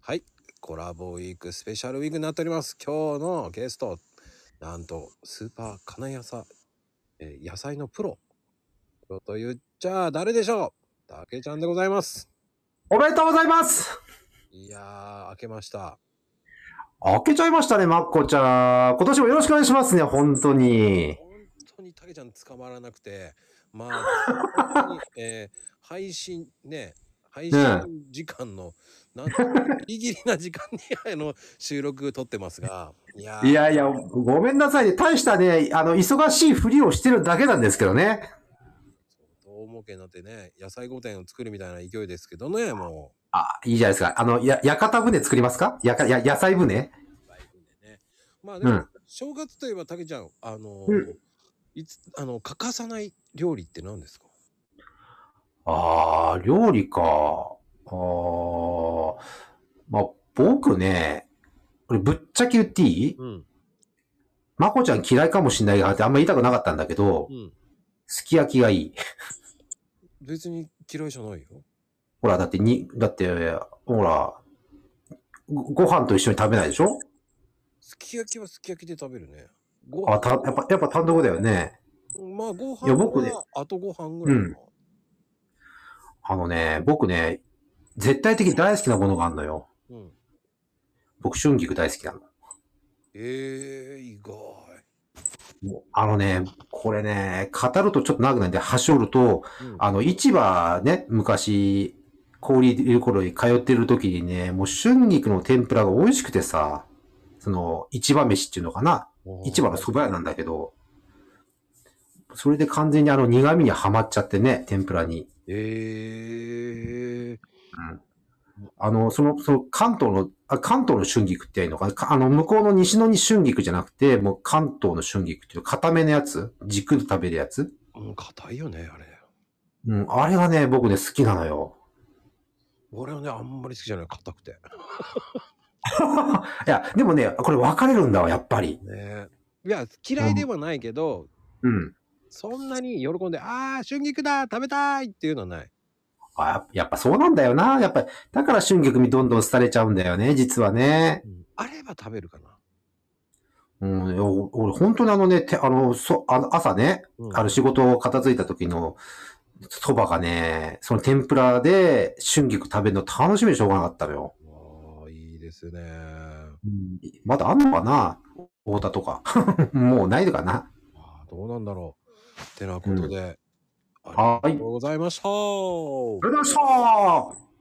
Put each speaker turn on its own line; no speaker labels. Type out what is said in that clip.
はい。コラボウィークスペシャルウィークになっております。今日のゲスト、なんと、スーパー金谷さん、えー野菜のプロ。プロと言っちゃ誰でしょうたけちゃんでございます。
おめでとうございます
いやー、明けました。
開けちゃいましたね、まっこちゃん。今年もよろしくお願いしますね、本当に。
本当にたけちゃん捕まらなくて、まあ、本当に、えー配信ね、配信時間の、なんと、ギリギリな時間にあの収録撮ってますが、いやー
いやいや、ごめんなさいね。大したね、あの、忙しいふりをしてるだけなんですけどね。
大儲けになってね、野菜御殿を作るみたいな勢いですけどね、も
あ、いいじゃないですか。あの、や、屋形船作りますかやか、や、野菜船
う。ライブでね。まあでも、
うん
正月といえば、たけちゃん、あの、
うん
いつ、あの、欠かさない料理って何ですか
あー、料理か。あー。まあ、僕ね、これぶっちゃけ言っていい
うん。
まこちゃん嫌いかもしんないがってあんま言いたくなかったんだけど
う、ん。
すき焼きがいい。
別に嫌いじゃないよ。
ほら、だってに、だって、ほら、ごご飯と一緒に食べないでしょ
すき焼きはすき焼きで食べるね。ご
あ、た、やっぱ、やっぱ単独だよね。
まあ、ご飯
いや僕ね
はあとご飯ぐらいかな。
あのね、僕ね、絶対的に大好きなものがあるのよ。
うん。
僕、春菊大好きなの。
ええ意外。
もうあのね、これね、語るとちょっと長くなるんで、端折ると、
うん
あの、市場ね、昔、氷いる頃に通ってる時にね、もう春菊の天ぷらが美味しくてさ、その、市場飯っていうのかな市場の蕎麦屋なんだけど、それで完全にあの苦味にはまっちゃってね、天ぷらに。
ええ
あの、その、その関東の、あ関東の春菊って言えばいいのかなかあの、向こうの西野に春菊じゃなくて、もう関東の春菊っていう固めのやつ軸で食べるやつ
うん、硬いよね、あれ。
うん、あれがね、僕ね、好きなのよ。
俺はね、あんまり好きじゃない、硬くて。
いや、でもね、これ分かれるんだわ、やっぱり。
ねえ。いや、嫌いではないけど、
うん。
そんなに喜んで、ああ、春菊だ食べたいっていうのはない。
あやっぱやっぱそうなんだよな。やっぱり、だから春菊にどんどん廃れちゃうんだよね、実はね。
あれば食べるかな。
うん、お俺、本当にあのね、てあの、そ、あの、朝ね、
うん
あの仕事を片付いた時の蕎麦がね、その天ぷらで春菊食べるの楽しみでしょうがなかったのよ。
ああ、いいですね。
まだあんのかな大田とか。 もうないのかな
ああ、どうなんだろう。てなことで、
は
あ
い
りがとうございました。
ありがとうございました